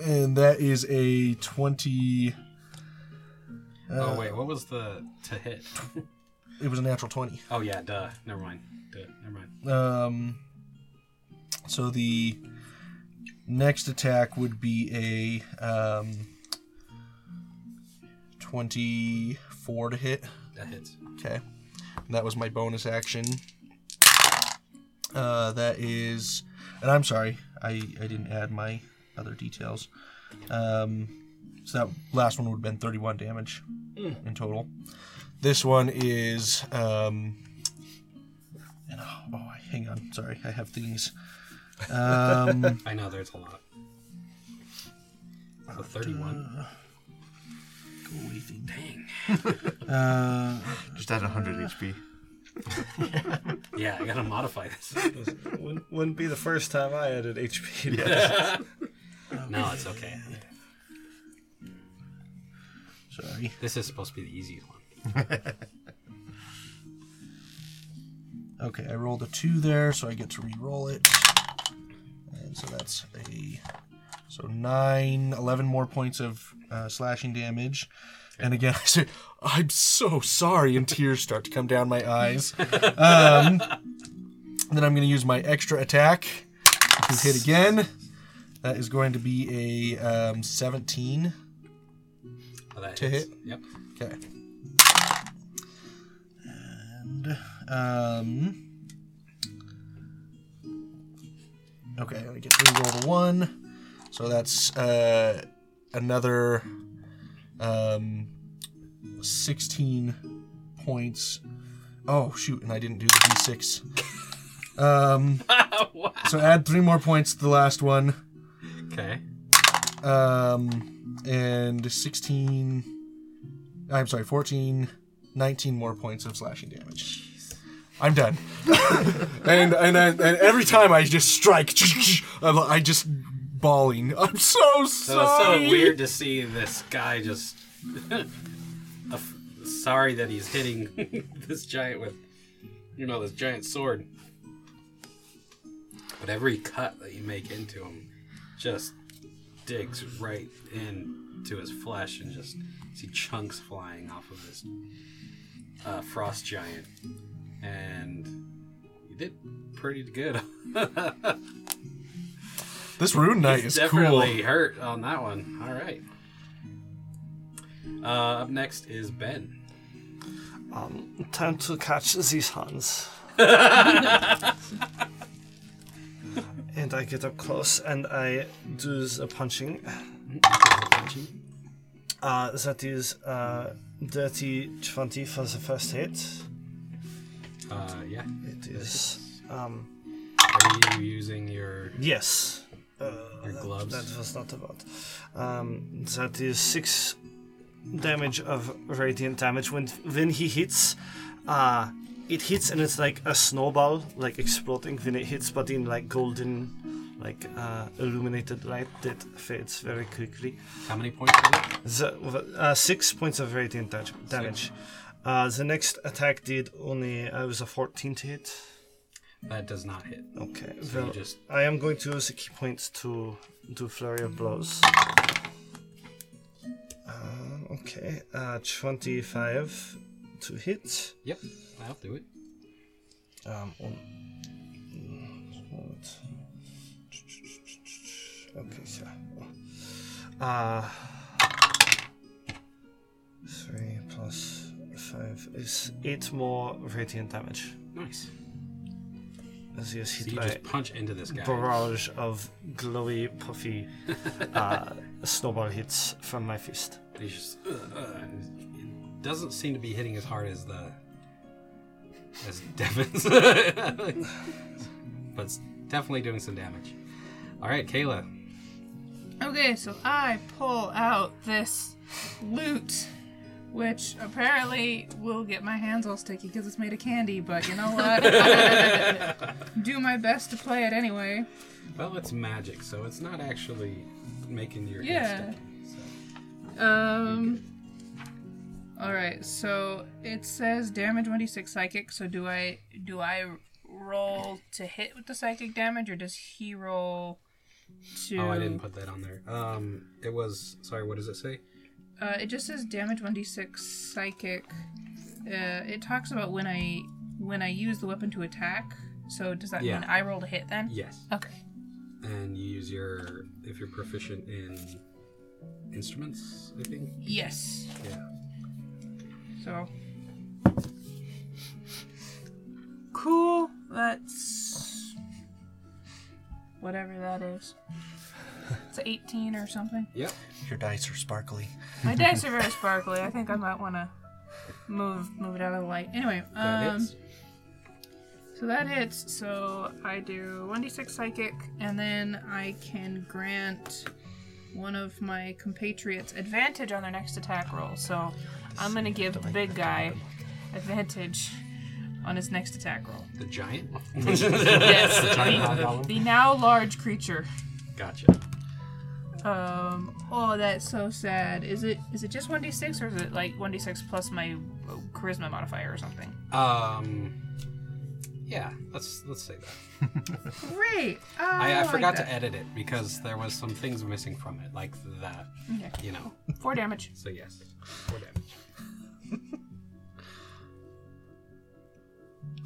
[SPEAKER 2] and that is a twenty.
[SPEAKER 1] oh
[SPEAKER 2] Uh,
[SPEAKER 1] wait, what was the to hit?
[SPEAKER 2] It was a natural twenty.
[SPEAKER 1] Oh yeah, duh. Never mind. Duh, never mind.
[SPEAKER 2] Um, so the next attack would be a um, twenty-four to hit.
[SPEAKER 1] That hits.
[SPEAKER 2] Okay. And that was my bonus action. Uh, that is. And I'm sorry, I, I didn't add my other details. Um, so that last one would have been 31 damage in total. This one is. Um, and, oh, oh, hang on. Sorry, I have things. Um,
[SPEAKER 1] I know there's a lot. So 31.
[SPEAKER 2] go away thing. Uh,
[SPEAKER 6] *laughs* Just add 100 HP.
[SPEAKER 1] Yeah, I gotta modify
[SPEAKER 2] *laughs*
[SPEAKER 1] this.
[SPEAKER 7] Wouldn't, wouldn't be the first time I added HP.
[SPEAKER 1] No, it's okay.
[SPEAKER 2] sorry.
[SPEAKER 1] This is supposed to be the easiest one.
[SPEAKER 2] Okay, I rolled a two there, so I get to re-roll it. And so that's a so nine, 11 more points of uh, slashing damage, And again, *laughs* I say, I'm so sorry, and tears start to come down my eyes. Um, then I'm going to use my extra attack to hit again. That is going to be a um, 17.
[SPEAKER 1] Oh, that
[SPEAKER 2] To
[SPEAKER 1] hits.
[SPEAKER 2] hit?
[SPEAKER 1] Yep.
[SPEAKER 2] Okay. And um. Okay, I get three roll to one, so that's uh another um sixteen points. Oh shoot! And I didn't do the d6. Um, so add three more points to the last one.
[SPEAKER 1] Okay.
[SPEAKER 2] Um, and 16. I'm sorry, 14, 19 more points of slashing damage.
[SPEAKER 1] *laughs*
[SPEAKER 2] I'm done. and, and I- and every time I just strike, I'm like- I just bawling. I'm so
[SPEAKER 1] So it's so
[SPEAKER 2] sorry.
[SPEAKER 1] weird to see this guy just *laughs* af- sorry that he's hitting *laughs* this giant with you know this giant sword. But every cut that you make into him just digs right into his flesh and just see chunks flying off of this uh, frost giant. And you did pretty good.
[SPEAKER 2] This rune knight is cool.
[SPEAKER 1] definitely hurt on that one. All right. Uh, up next is Ben.
[SPEAKER 7] Um, *laughs* time to catch these hands. and I get up close and I do the punching. Uh, that is uh, dirty 20 for the first hit.
[SPEAKER 1] Uh, yeah.
[SPEAKER 7] It is. Um,
[SPEAKER 1] Are you using your?
[SPEAKER 7] Yes. Uh,
[SPEAKER 1] Your
[SPEAKER 7] that-
[SPEAKER 1] gloves.
[SPEAKER 7] That, was not about. Um, that is six damage of radiant damage when when he hits. Uh, it hits and it's like a snowball, like exploding when it hits, but in like golden, like uh, illuminated light that fades very quickly.
[SPEAKER 1] How many points? Is it?
[SPEAKER 7] The, uh, six points of radiant dam- damage. Uh, the next attack did only uh, was a 14 to hit.
[SPEAKER 1] That does not hit.
[SPEAKER 7] Okay.
[SPEAKER 1] So you
[SPEAKER 7] well,
[SPEAKER 1] just
[SPEAKER 7] I am going to use the key points to do flurry of blows. Um, okay, uh, 25 to hit.
[SPEAKER 1] yep. I'll do it.
[SPEAKER 7] Um, on- okay, so. Uh, 3 plus 5 is 8 more radiant damage.
[SPEAKER 1] Nice.
[SPEAKER 7] As he is hit
[SPEAKER 1] So you
[SPEAKER 7] by
[SPEAKER 1] just punch into this guy.
[SPEAKER 7] barrage of glowy,
[SPEAKER 2] *laughs*
[SPEAKER 7] puffy uh, snowball hits from my fist.
[SPEAKER 1] He's just. Uh, uh, and it doesn't seem to be hitting as hard as the as *laughs* Devin's, *laughs* but it's definitely doing some damage. All right, Kayla.
[SPEAKER 5] Okay, so I pull out this loot, which apparently will get my hands all sticky because it's made of candy, but you know what? Do my best to play it anyway.
[SPEAKER 1] Well, it's magic, so it's not actually making your
[SPEAKER 5] Yeah.
[SPEAKER 1] head sticky. So.
[SPEAKER 5] Um. Alright, so it says damage 26 psychic, so do I do I roll to hit with the psychic damage or does he roll to
[SPEAKER 1] Oh, I didn't put that on there. Um, it was sorry. What does it say?
[SPEAKER 5] Uh, it just says damage 1d6 psychic. Uh, it talks about when I when I use the weapon to attack. So does that
[SPEAKER 1] Yeah.
[SPEAKER 5] mean I roll to hit then?
[SPEAKER 1] Yes.
[SPEAKER 5] Okay.
[SPEAKER 1] And you use your if you're proficient in instruments. I think.
[SPEAKER 5] Yes.
[SPEAKER 1] Yeah.
[SPEAKER 5] So. Cool. That's whatever that is. It's 18 or something.
[SPEAKER 1] Yep.
[SPEAKER 2] Your dice are sparkly.
[SPEAKER 5] My dice are very sparkly. I think I might want to move move it out of the light. Anyway,
[SPEAKER 1] That
[SPEAKER 5] um,
[SPEAKER 1] hits.
[SPEAKER 5] So that hits. So I do 1d6 psychic, and then I can grant one of my compatriots advantage on their next attack roll. So I'm going to give the big guy advantage on his next attack roll.
[SPEAKER 1] The giant.
[SPEAKER 5] *laughs* Yes, the,
[SPEAKER 3] hobgoblin?
[SPEAKER 5] the now large creature.
[SPEAKER 1] Gotcha.
[SPEAKER 5] Um. Oh, that's so sad. Is it is it just 1d6 or is it like 1d6 plus my charisma modifier or something?
[SPEAKER 1] Um, Yeah, let's let's say that.
[SPEAKER 5] Great. Oh,
[SPEAKER 1] I, I
[SPEAKER 5] like
[SPEAKER 1] forgot
[SPEAKER 5] that.
[SPEAKER 1] to edit it because there was some things missing from it, like that.
[SPEAKER 5] Okay.
[SPEAKER 1] You know.
[SPEAKER 5] Four damage.
[SPEAKER 1] So yes, four damage.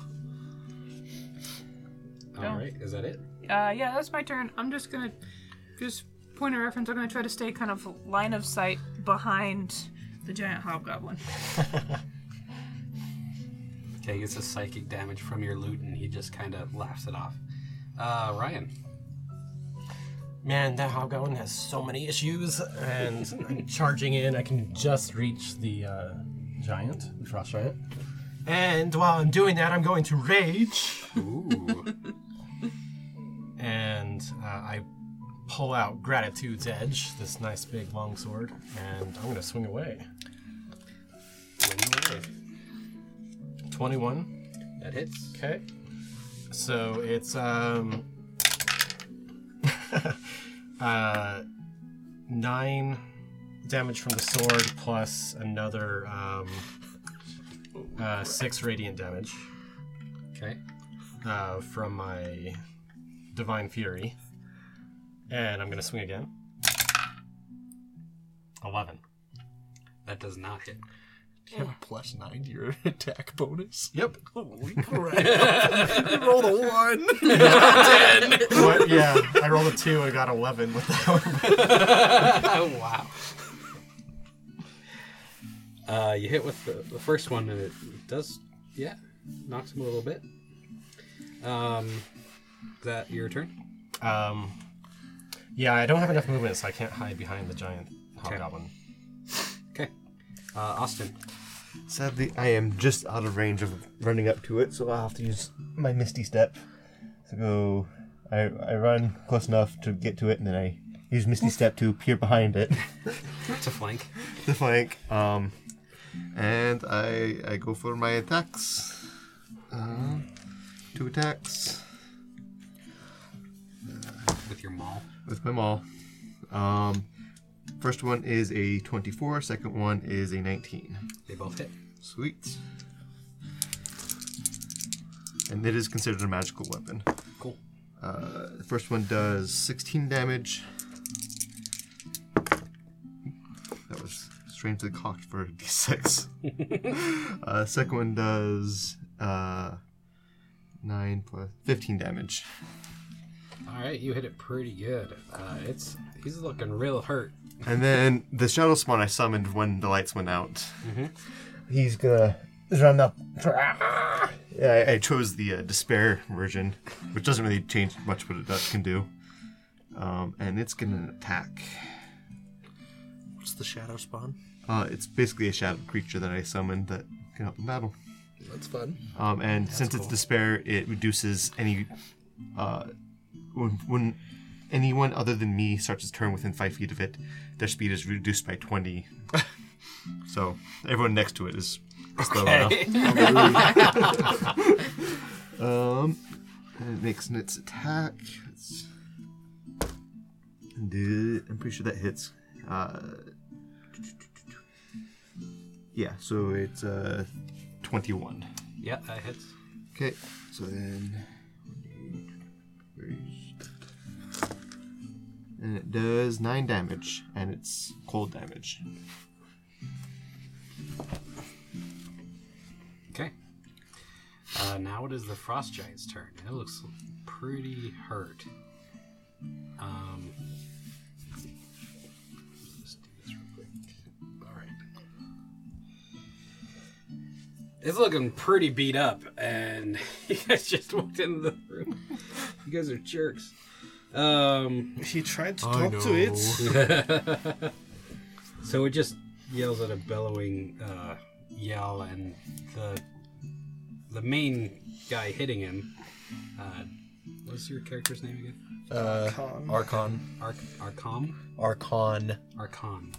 [SPEAKER 1] All
[SPEAKER 5] Go.
[SPEAKER 1] right, is that it?
[SPEAKER 5] Uh, yeah, that's my turn. I'm just gonna just point of reference. I'm gonna try to stay kind of line of sight behind the giant hobgoblin.
[SPEAKER 1] Okay, he gets a psychic damage from your loot, and he just kind of laughs it off. Uh, Ryan.
[SPEAKER 3] Man, that hobgoblin has so many issues, and I'm charging in, I can just reach the uh, giant, the frost giant. And while I'm doing that, I'm going to rage,
[SPEAKER 1] Ooh.
[SPEAKER 3] and uh, I pull out Gratitude's Edge, this nice big longsword, and I'm going to swing away.
[SPEAKER 1] Swing away.
[SPEAKER 3] 21.
[SPEAKER 1] That hits.
[SPEAKER 3] Okay. So it's um *laughs* uh nine damage from the sword plus another um uh six radiant damage
[SPEAKER 1] Okay.
[SPEAKER 3] uh from my divine fury. And I'm gonna swing again. Eleven.
[SPEAKER 1] That does not hit. *laughs*
[SPEAKER 2] You have plus nine to your *laughs* attack bonus.
[SPEAKER 3] Yep.
[SPEAKER 2] Holy crap. you rolled a one.
[SPEAKER 3] What? Yeah, I rolled a two. I got eleven with that one.
[SPEAKER 1] Oh wow. Uh, you hit with the, the first one, and it does, yeah, knocks him a little bit. Um, is that your turn?
[SPEAKER 3] Um, yeah, I don't have enough movement, so I can't hide behind the giant hobgoblin.
[SPEAKER 1] Okay. Uh, Austin.
[SPEAKER 9] Sadly, I am just out of range of running up to it, so I'll have to use my Misty Step. So go. I, I run close enough to get to it, and then I use Misty Step to peer behind it,
[SPEAKER 1] It's a flank.
[SPEAKER 9] the *laughs* flank. Um, and I I go for my attacks. Uh, two attacks
[SPEAKER 1] with your maul.
[SPEAKER 9] with my maul. Um, first one is a 24, second one is a 19.
[SPEAKER 1] They both hit.
[SPEAKER 9] Sweet. And it is considered a magical weapon.
[SPEAKER 1] Cool.
[SPEAKER 9] Uh, the first one does 16 damage. That was strangely cocked for a d6. uh, second one does uh, 9 plus 15 damage.
[SPEAKER 1] All right, you hit it pretty good. Uh, it's he's looking real hurt.
[SPEAKER 6] And then the shadow spawn I summoned when the lights went out.
[SPEAKER 2] Mm-hmm.
[SPEAKER 9] He's gonna run up.
[SPEAKER 6] ah, I, I chose the uh, despair version, which doesn't really change much what it does, can do. Um, and it's gonna attack.
[SPEAKER 2] What's the shadow spawn?
[SPEAKER 6] Uh, it's basically a shadow creature that I summoned that can help in battle.
[SPEAKER 2] That's fun.
[SPEAKER 6] Um, and since it's despair, it reduces any uh, when, when anyone other than me starts his turn within five feet of it, their speed is reduced by
[SPEAKER 9] *laughs*
[SPEAKER 6] twenty. so everyone next to it is slow enough.
[SPEAKER 9] *laughs* Um, and it makes an its attack. It's- Dude, I'm pretty sure that hits. Uh, yeah, so it's uh,
[SPEAKER 6] Twenty-one.
[SPEAKER 1] Yeah, that hits.
[SPEAKER 9] Okay, so then. And it does 9 damage, and it's cold damage.
[SPEAKER 1] Okay. Uh, now it is the frost giant's turn. and It looks pretty hurt. Um, let's do this real quick. All right. It's looking pretty beat up, and *laughs* you guys just walked into the room. You guys are jerks. Um,
[SPEAKER 7] He tried to talk to it.
[SPEAKER 1] so it just yells at a bellowing uh, yell, and the the main guy hitting him. Uh, what's your character's name again?
[SPEAKER 2] Uh, Archon.
[SPEAKER 1] Arc Arcom
[SPEAKER 2] Archon.
[SPEAKER 1] Archon.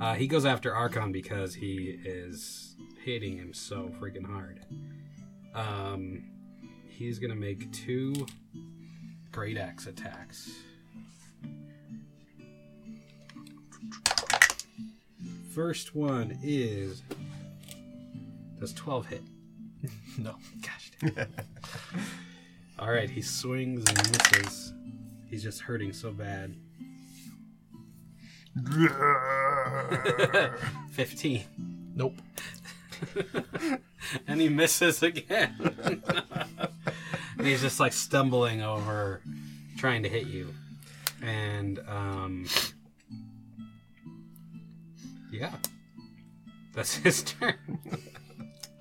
[SPEAKER 1] Uh, he goes after Archon because he is hitting him so freaking hard. Um, he's gonna make two great axe attacks. First one is does twelve hit?
[SPEAKER 2] *laughs* No. *laughs*
[SPEAKER 1] Gosh. Damn. All right, he swings and misses. He's just hurting so
[SPEAKER 2] *laughs*
[SPEAKER 1] bad. 15.
[SPEAKER 2] Nope.
[SPEAKER 1] *laughs* and he misses again. *laughs* and he's just like stumbling over, trying to hit you. And, um, yeah. That's his *laughs* turn.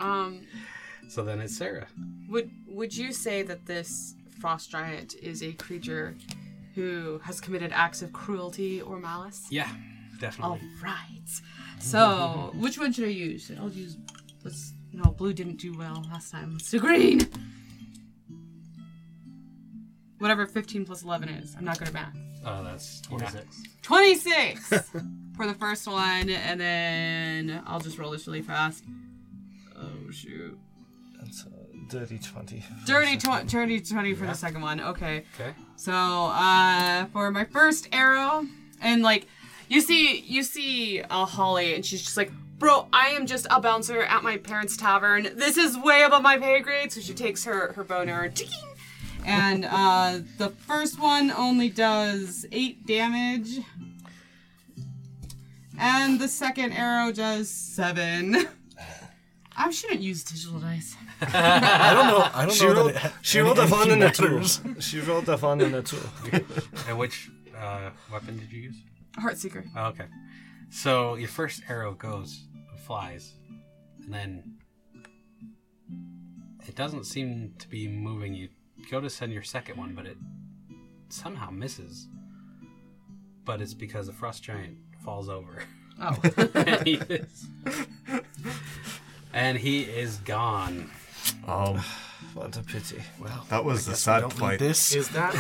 [SPEAKER 4] Um,
[SPEAKER 1] So then it's Sarah.
[SPEAKER 4] Would would you say that this frost giant is a creature who has committed acts of cruelty or malice?
[SPEAKER 1] Yeah,
[SPEAKER 4] All
[SPEAKER 1] definitely.
[SPEAKER 4] right. *laughs* So, which one should I use? I'll use. Let's. No, blue didn't do well last time. Let's do green. Whatever 15 plus 11 is. I'm not good at math.
[SPEAKER 1] Oh, that's 26.
[SPEAKER 7] *laughs*
[SPEAKER 4] 26 for the first one, and then I'll just roll this really fast. Oh, shoot.
[SPEAKER 7] That's a dirty 20.
[SPEAKER 4] Dirty, tw- dirty 20 for the second one. Okay.
[SPEAKER 1] *laughs* Okay.
[SPEAKER 4] So, uh, for my first arrow, and like, you see, you see, uh, Holly, and she's just like, "Bro, I am just a bouncer at my parents' tavern. This is way above my pay grade." So she takes her her bow and arrow, tiki, and uh, the first one only does eight damage, and the second arrow does seven. I shouldn't use digital dice.
[SPEAKER 2] I don't know. I don't
[SPEAKER 7] She
[SPEAKER 2] know
[SPEAKER 7] rolled,
[SPEAKER 2] that it,
[SPEAKER 7] she rolled a one and a two.
[SPEAKER 2] matters.
[SPEAKER 7] She rolled a one and a two.
[SPEAKER 1] And which uh, weapon did you use?
[SPEAKER 4] Heartseeker.
[SPEAKER 1] Oh, okay. So your first arrow goes, flies, and then it doesn't seem to be moving. You go to send your second one, but it somehow misses. But it's because the frost giant falls over.
[SPEAKER 4] Oh.
[SPEAKER 1] *laughs* and, he is, and he is gone.
[SPEAKER 6] Um,
[SPEAKER 7] What a pity. Well,
[SPEAKER 6] that was a sad
[SPEAKER 2] Don't need
[SPEAKER 6] fight.
[SPEAKER 2] this.
[SPEAKER 3] Is that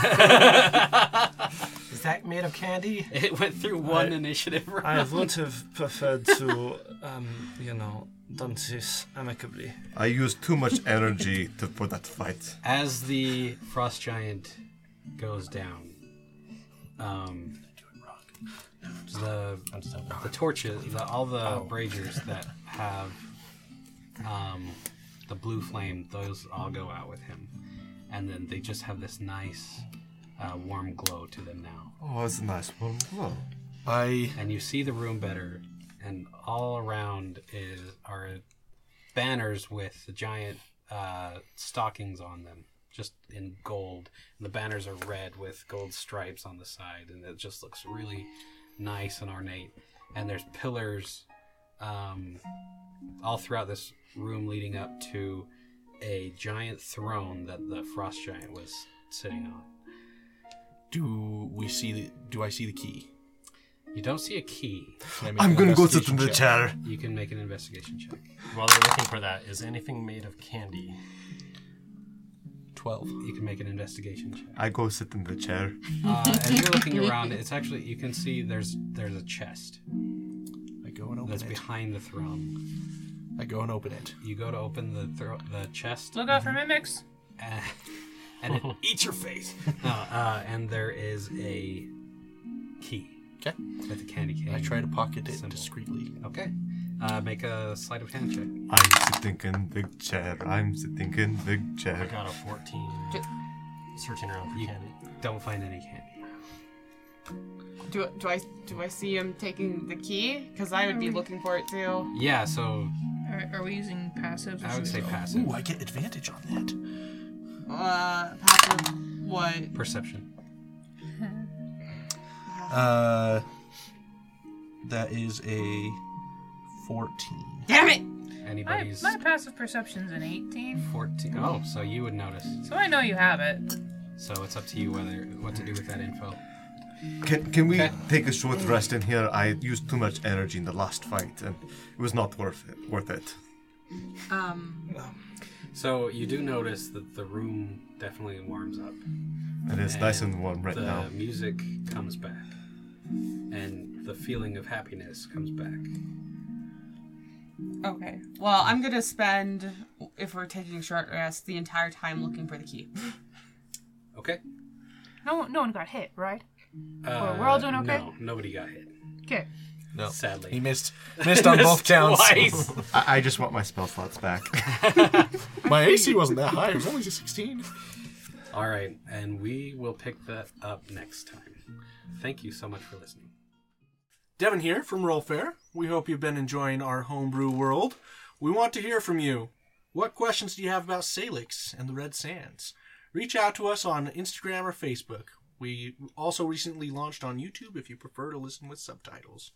[SPEAKER 3] is that made of candy?
[SPEAKER 1] *laughs* It went through one initiative round.
[SPEAKER 7] I would have preferred to, um, you know, done this amicably.
[SPEAKER 6] I used too much energy to, for that fight.
[SPEAKER 1] As the frost giant goes down, um, the the torches, the, all the
[SPEAKER 6] Oh.
[SPEAKER 1] braziers that have um, the blue flame, those all go out with him, and then they just have this nice uh, warm glow to them now.
[SPEAKER 6] Oh, that's a nice one. Whoa.
[SPEAKER 2] I
[SPEAKER 1] And you see the room better, and all around is are banners with the giant uh, stockings on them, just in gold. And the banners are red with gold stripes on the side, and it just looks really nice and ornate. And there's pillars um, all throughout this room leading up to a giant throne that the frost giant was sitting on.
[SPEAKER 2] do we see the do I see the key?
[SPEAKER 1] You don't see a key.
[SPEAKER 2] Can I make
[SPEAKER 6] I'm
[SPEAKER 2] an
[SPEAKER 6] gonna go sit
[SPEAKER 2] investigation
[SPEAKER 6] in the
[SPEAKER 2] check?
[SPEAKER 6] chair.
[SPEAKER 1] You can make an investigation check.
[SPEAKER 8] While they're looking for that, is anything made of candy?
[SPEAKER 2] Twelve.
[SPEAKER 1] You can make an investigation check.
[SPEAKER 6] I go sit in the chair.
[SPEAKER 1] Uh, as you're
[SPEAKER 5] *laughs*
[SPEAKER 1] looking around, it's actually you can see there's there's a chest
[SPEAKER 2] I go and open
[SPEAKER 1] that's
[SPEAKER 2] it.
[SPEAKER 1] behind the throne.
[SPEAKER 2] I go and open it.
[SPEAKER 1] You go to open the thro- the chest,
[SPEAKER 5] Look out for mimics.
[SPEAKER 1] and, and it
[SPEAKER 5] *laughs*
[SPEAKER 1] eats your face. No, uh, and there is a key
[SPEAKER 2] Okay.
[SPEAKER 1] with a candy cane.
[SPEAKER 2] I try to pocket it
[SPEAKER 1] Symbol.
[SPEAKER 2] discreetly.
[SPEAKER 1] Okay, uh, make a sleight of hand check.
[SPEAKER 6] I'm sitting in the chair. I'm sitting in the
[SPEAKER 8] I
[SPEAKER 6] chair.
[SPEAKER 8] got a 14. Searching around for
[SPEAKER 1] You-
[SPEAKER 8] candy.
[SPEAKER 1] Don't find any candy.
[SPEAKER 4] Do, do I do I see him taking the key? Because I would be looking for it too.
[SPEAKER 1] Yeah, so
[SPEAKER 5] Are, are we using passives? or
[SPEAKER 1] I would
[SPEAKER 5] should
[SPEAKER 1] say
[SPEAKER 5] we roll?
[SPEAKER 1] passive
[SPEAKER 2] Ooh, I get advantage on that.
[SPEAKER 4] Uh, passive. What?
[SPEAKER 1] perception.
[SPEAKER 2] Uh, that is a fourteen.
[SPEAKER 4] Damn it!
[SPEAKER 5] My,
[SPEAKER 1] Anybody's
[SPEAKER 5] my passive perception's an 18,
[SPEAKER 1] fourteen. Oh, so you would notice.
[SPEAKER 5] so I know you have it.
[SPEAKER 1] So it's up to you whether what to do with that info.
[SPEAKER 6] Can, can we
[SPEAKER 1] Okay.
[SPEAKER 6] take a short rest in here? I used too much energy in the last fight, and it was not worth it. Worth it.
[SPEAKER 4] Um,
[SPEAKER 1] So you do notice that the room definitely warms up.
[SPEAKER 6] And it's nice and warm right
[SPEAKER 1] the
[SPEAKER 6] now.
[SPEAKER 1] music comes back, and the feeling of happiness comes back.
[SPEAKER 4] okay. Well, I'm gonna spend, if we're taking a short rest, the entire time looking for the key. *laughs*
[SPEAKER 1] Okay.
[SPEAKER 5] No, no one got hit, right?
[SPEAKER 1] Uh,
[SPEAKER 5] we're all doing okay?
[SPEAKER 1] No, Uh, nobody got hit.
[SPEAKER 5] Okay.
[SPEAKER 2] No. He
[SPEAKER 1] Sadly. *laughs*
[SPEAKER 2] missed missed on both counts. *laughs*
[SPEAKER 1] Twice.
[SPEAKER 6] I, I just want my spell slots back.
[SPEAKER 2] My AC wasn't that high. It was only 16.
[SPEAKER 1] All right, and we will pick that up next time. Thank you so much for listening.
[SPEAKER 2] Devin here from Roll Fair. We hope you've been enjoying our homebrew world. We want to hear from you. What questions do you have about Salix and the Red Sands? Reach out to us on Instagram or Facebook. We also recently launched on YouTube if you prefer to listen with subtitles.